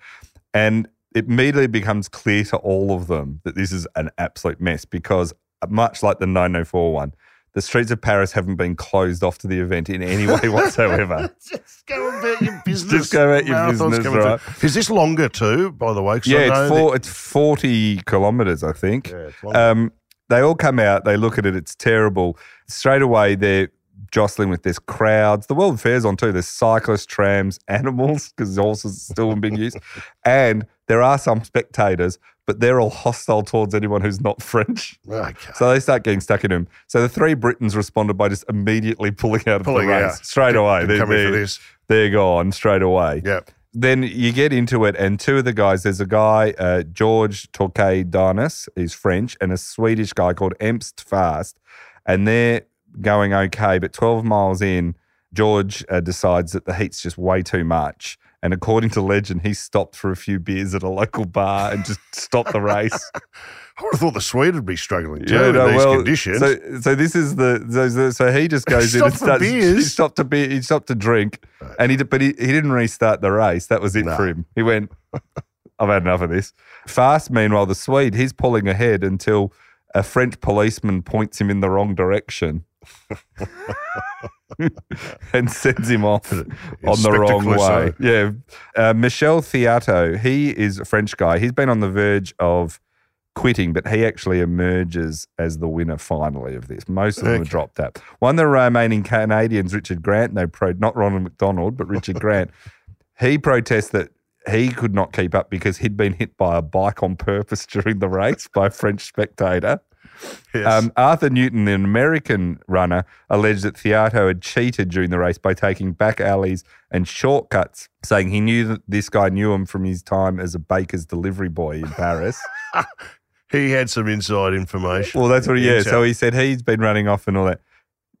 And it immediately becomes clear to all of them that this is an absolute mess because, uh, much like the 904 one, the streets of Paris haven't been closed off to the event in any
[LAUGHS]
way whatsoever.
Just go about your business.
Just go about your
Marathon's
business,
coming
right.
through. Is this longer too, by the way? 'Cause I
yeah,
know
it's, four, it's 40 kilometers, I think.
that- Yeah, it's longer.
Um, they all come out, they look at it, it's terrible. Straight away, they're jostling with this crowds. The World Fair's on too. There's cyclists, trams, [LAUGHS] animals, because horses are still in big use. And there are some spectators, but they're all hostile towards anyone who's not French.
okay.
So they start getting stuck in them. So the three Britons responded by just immediately pulling out of
Pulling
the
out.
race straight away.
Didn't
They're,
come in for
they're-
this.
they're gone straight away
Yeah.
then you get into it, and two of the guys there's a guy, uh, George Torquay-Danis, he's French, and a Swedish guy called Empst Fast, and they're going okay. But 12 miles in, George uh, decides that the heat's just way too much. And according to legend, he stopped for a few beers at a local bar and just stopped the race.
I would have thought the Swede would be struggling too
Yeah,
in
no,
these
well,
conditions.
So, so this is the so, so- so he just goes in and
Stopped for
starts. He
beers?
stopped to be he stopped to drink,
Right.
and he did- but he, he didn't restart the race. That was it
No.
for him. He went. I've had enough of this. Fast. Meanwhile, the Swede he's pulling ahead until a French policeman points him in the wrong direction. [LAUGHS] and sends him off on the
Inspector
wrong
Clouseau.
way. Yeah. Uh, Michel Theato, he is a French guy. He's been on the verge of quitting, but he actually emerges as the winner finally of this. Most of them were
Okay.
dropped out. One of the remaining Canadians, Richard Grant, they pro not Ronald McDonald, but
[LAUGHS]
Richard Grant, he protests that he could not keep up because he'd been hit by a bike on purpose [LAUGHS] during the race by a French spectator.
Yes.
Um, Arthur Newton, the American runner, alleged that Theato had cheated during the race by taking back alleys and shortcuts, saying he knew that this guy knew him from his time as a baker's delivery boy in Paris.
[LAUGHS] he had some inside information.
well, that's what he yeah.
Intel.
So he said he's been running off and all that.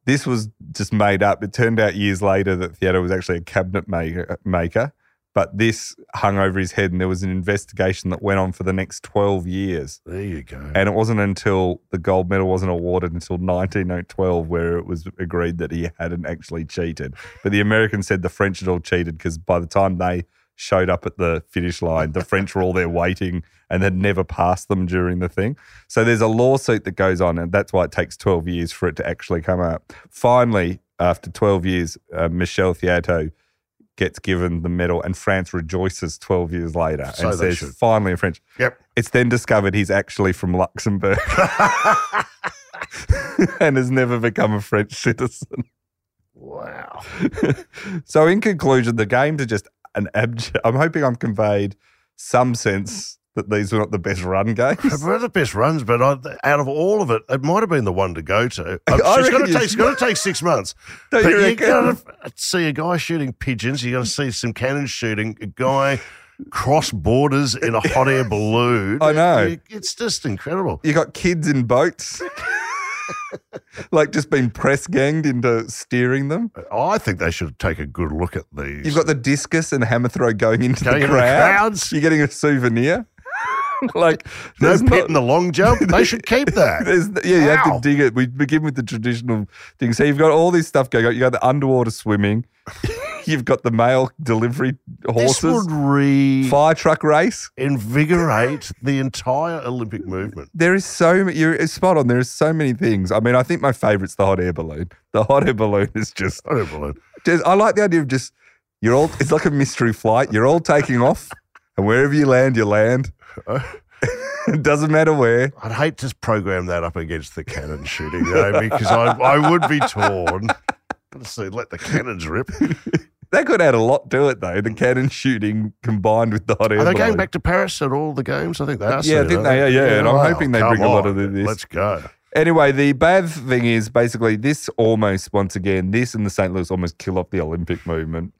This was just made up. It turned out years later that Theato was actually a cabinet maker, maker, but this hung over his head, and there was an investigation that went on for the next twelve years.
there you go.
And it wasn't until the gold medal wasn't awarded until 1912 where it was agreed that he hadn't actually cheated. But the Americans said the French had all cheated because by the time they showed up at the finish line, the French were all there waiting and had never passed them during the thing. So there's a lawsuit that goes on, and that's why it takes 12 years for it to actually come out. Finally, after 12 years, uh, Michel Theato gets given the medal, and France rejoices 12 years later
So
and
they
says,
should.
finally, a French.
Yep.
It's then discovered he's actually from Luxembourg [LAUGHS] and has never become a French citizen. [LAUGHS]
Wow.
So, in conclusion, the games are just an abject. I'm hoping I'm conveyed some sense that these were not the best run
[LAUGHS]
games.
One of the best runs, but I, out of all of it, it might have been the one to go to.
[LAUGHS] I
It's
reckon
going to
you-
take, it's gonna take six months.
Don't [LAUGHS]
but
you
you're
reckon?
going to see a guy shooting pigeons. You're going to see some cannons shooting. A guy cross borders in a
[LAUGHS]
hot air balloon.
I know.
It- It's just incredible.
You got kids in
[LAUGHS]
boats, like just being press ganged into steering them.
I think they should take a good look at these.
You've got the discus and hammer throw going into
Going
the
into the
crowd.
crowds.
You're getting a souvenir. [LAUGHS] like
no
there's
pit in the long
[LAUGHS]
jump. They should keep that.
There's, yeah, you have
Wow.
to dig it. We begin with the traditional thing. So you've got all this stuff going on. You got the underwater swimming. [LAUGHS] you've got the mail delivery [LAUGHS]
This
horses,
would re
fire truck race.
invigorate the entire Olympic movement.
There is so many. You're spot on. There is so many things. I mean, I think my favorite's the hot air balloon. The hot air balloon is just.
I don't believe.
just I like the idea of just. You're all. It's like a mystery flight. You're all taking off, and wherever you land, you land. [LAUGHS] it doesn't matter where.
I'd hate to program that up against the cannon shooting
[LAUGHS]
though, because I, I would be torn. Let's see, let the cannons rip.
That could add a lot to it, though. The cannon shooting combined with the hot air
Are they
balloon.
going back to Paris at all the games? I think they are.
Yeah, I
soon,
think
aren't
they are, yeah, and I'm
Wow,
hoping they
come
bring a lot
on.
of this.
Let's go.
Anyway, the bad thing is basically this almost, once again, this and the St. Louis almost kill off the Olympic movement.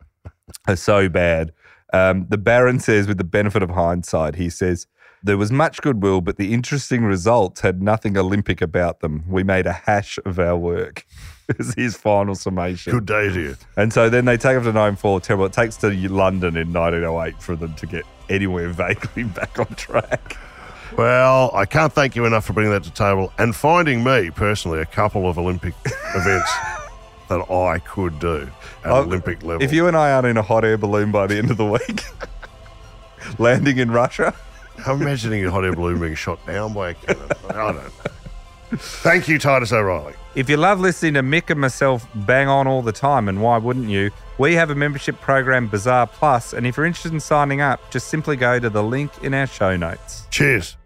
Are so bad. Um, the Baron says, with the benefit of hindsight, he says, There was much goodwill, but the interesting results had nothing Olympic about them. We made a hash of our work. [LAUGHS] Is his final summation.
Good day to you.
And so then they take off to 9-4, terrible. It takes to London in 1908 for them to get anywhere [LAUGHS] vaguely back on track.
Well, I can't thank you enough for bringing that to the table and finding me personally a couple of Olympic [LAUGHS] events that I could do at
Oh,
Olympic level.
If you and I aren't in a hot air balloon by the end of the week, [LAUGHS] landing in Russia,
I'm imagining a hot air balloon being shot down by a cannon. I don't. know. Thank you, Titus O'Reilly.
If you love listening to Mick and myself bang on all the time, and why wouldn't you? We have a membership program, Bizarre Plus, and if you're interested in signing up, just simply go to the link in our show notes.
Cheers.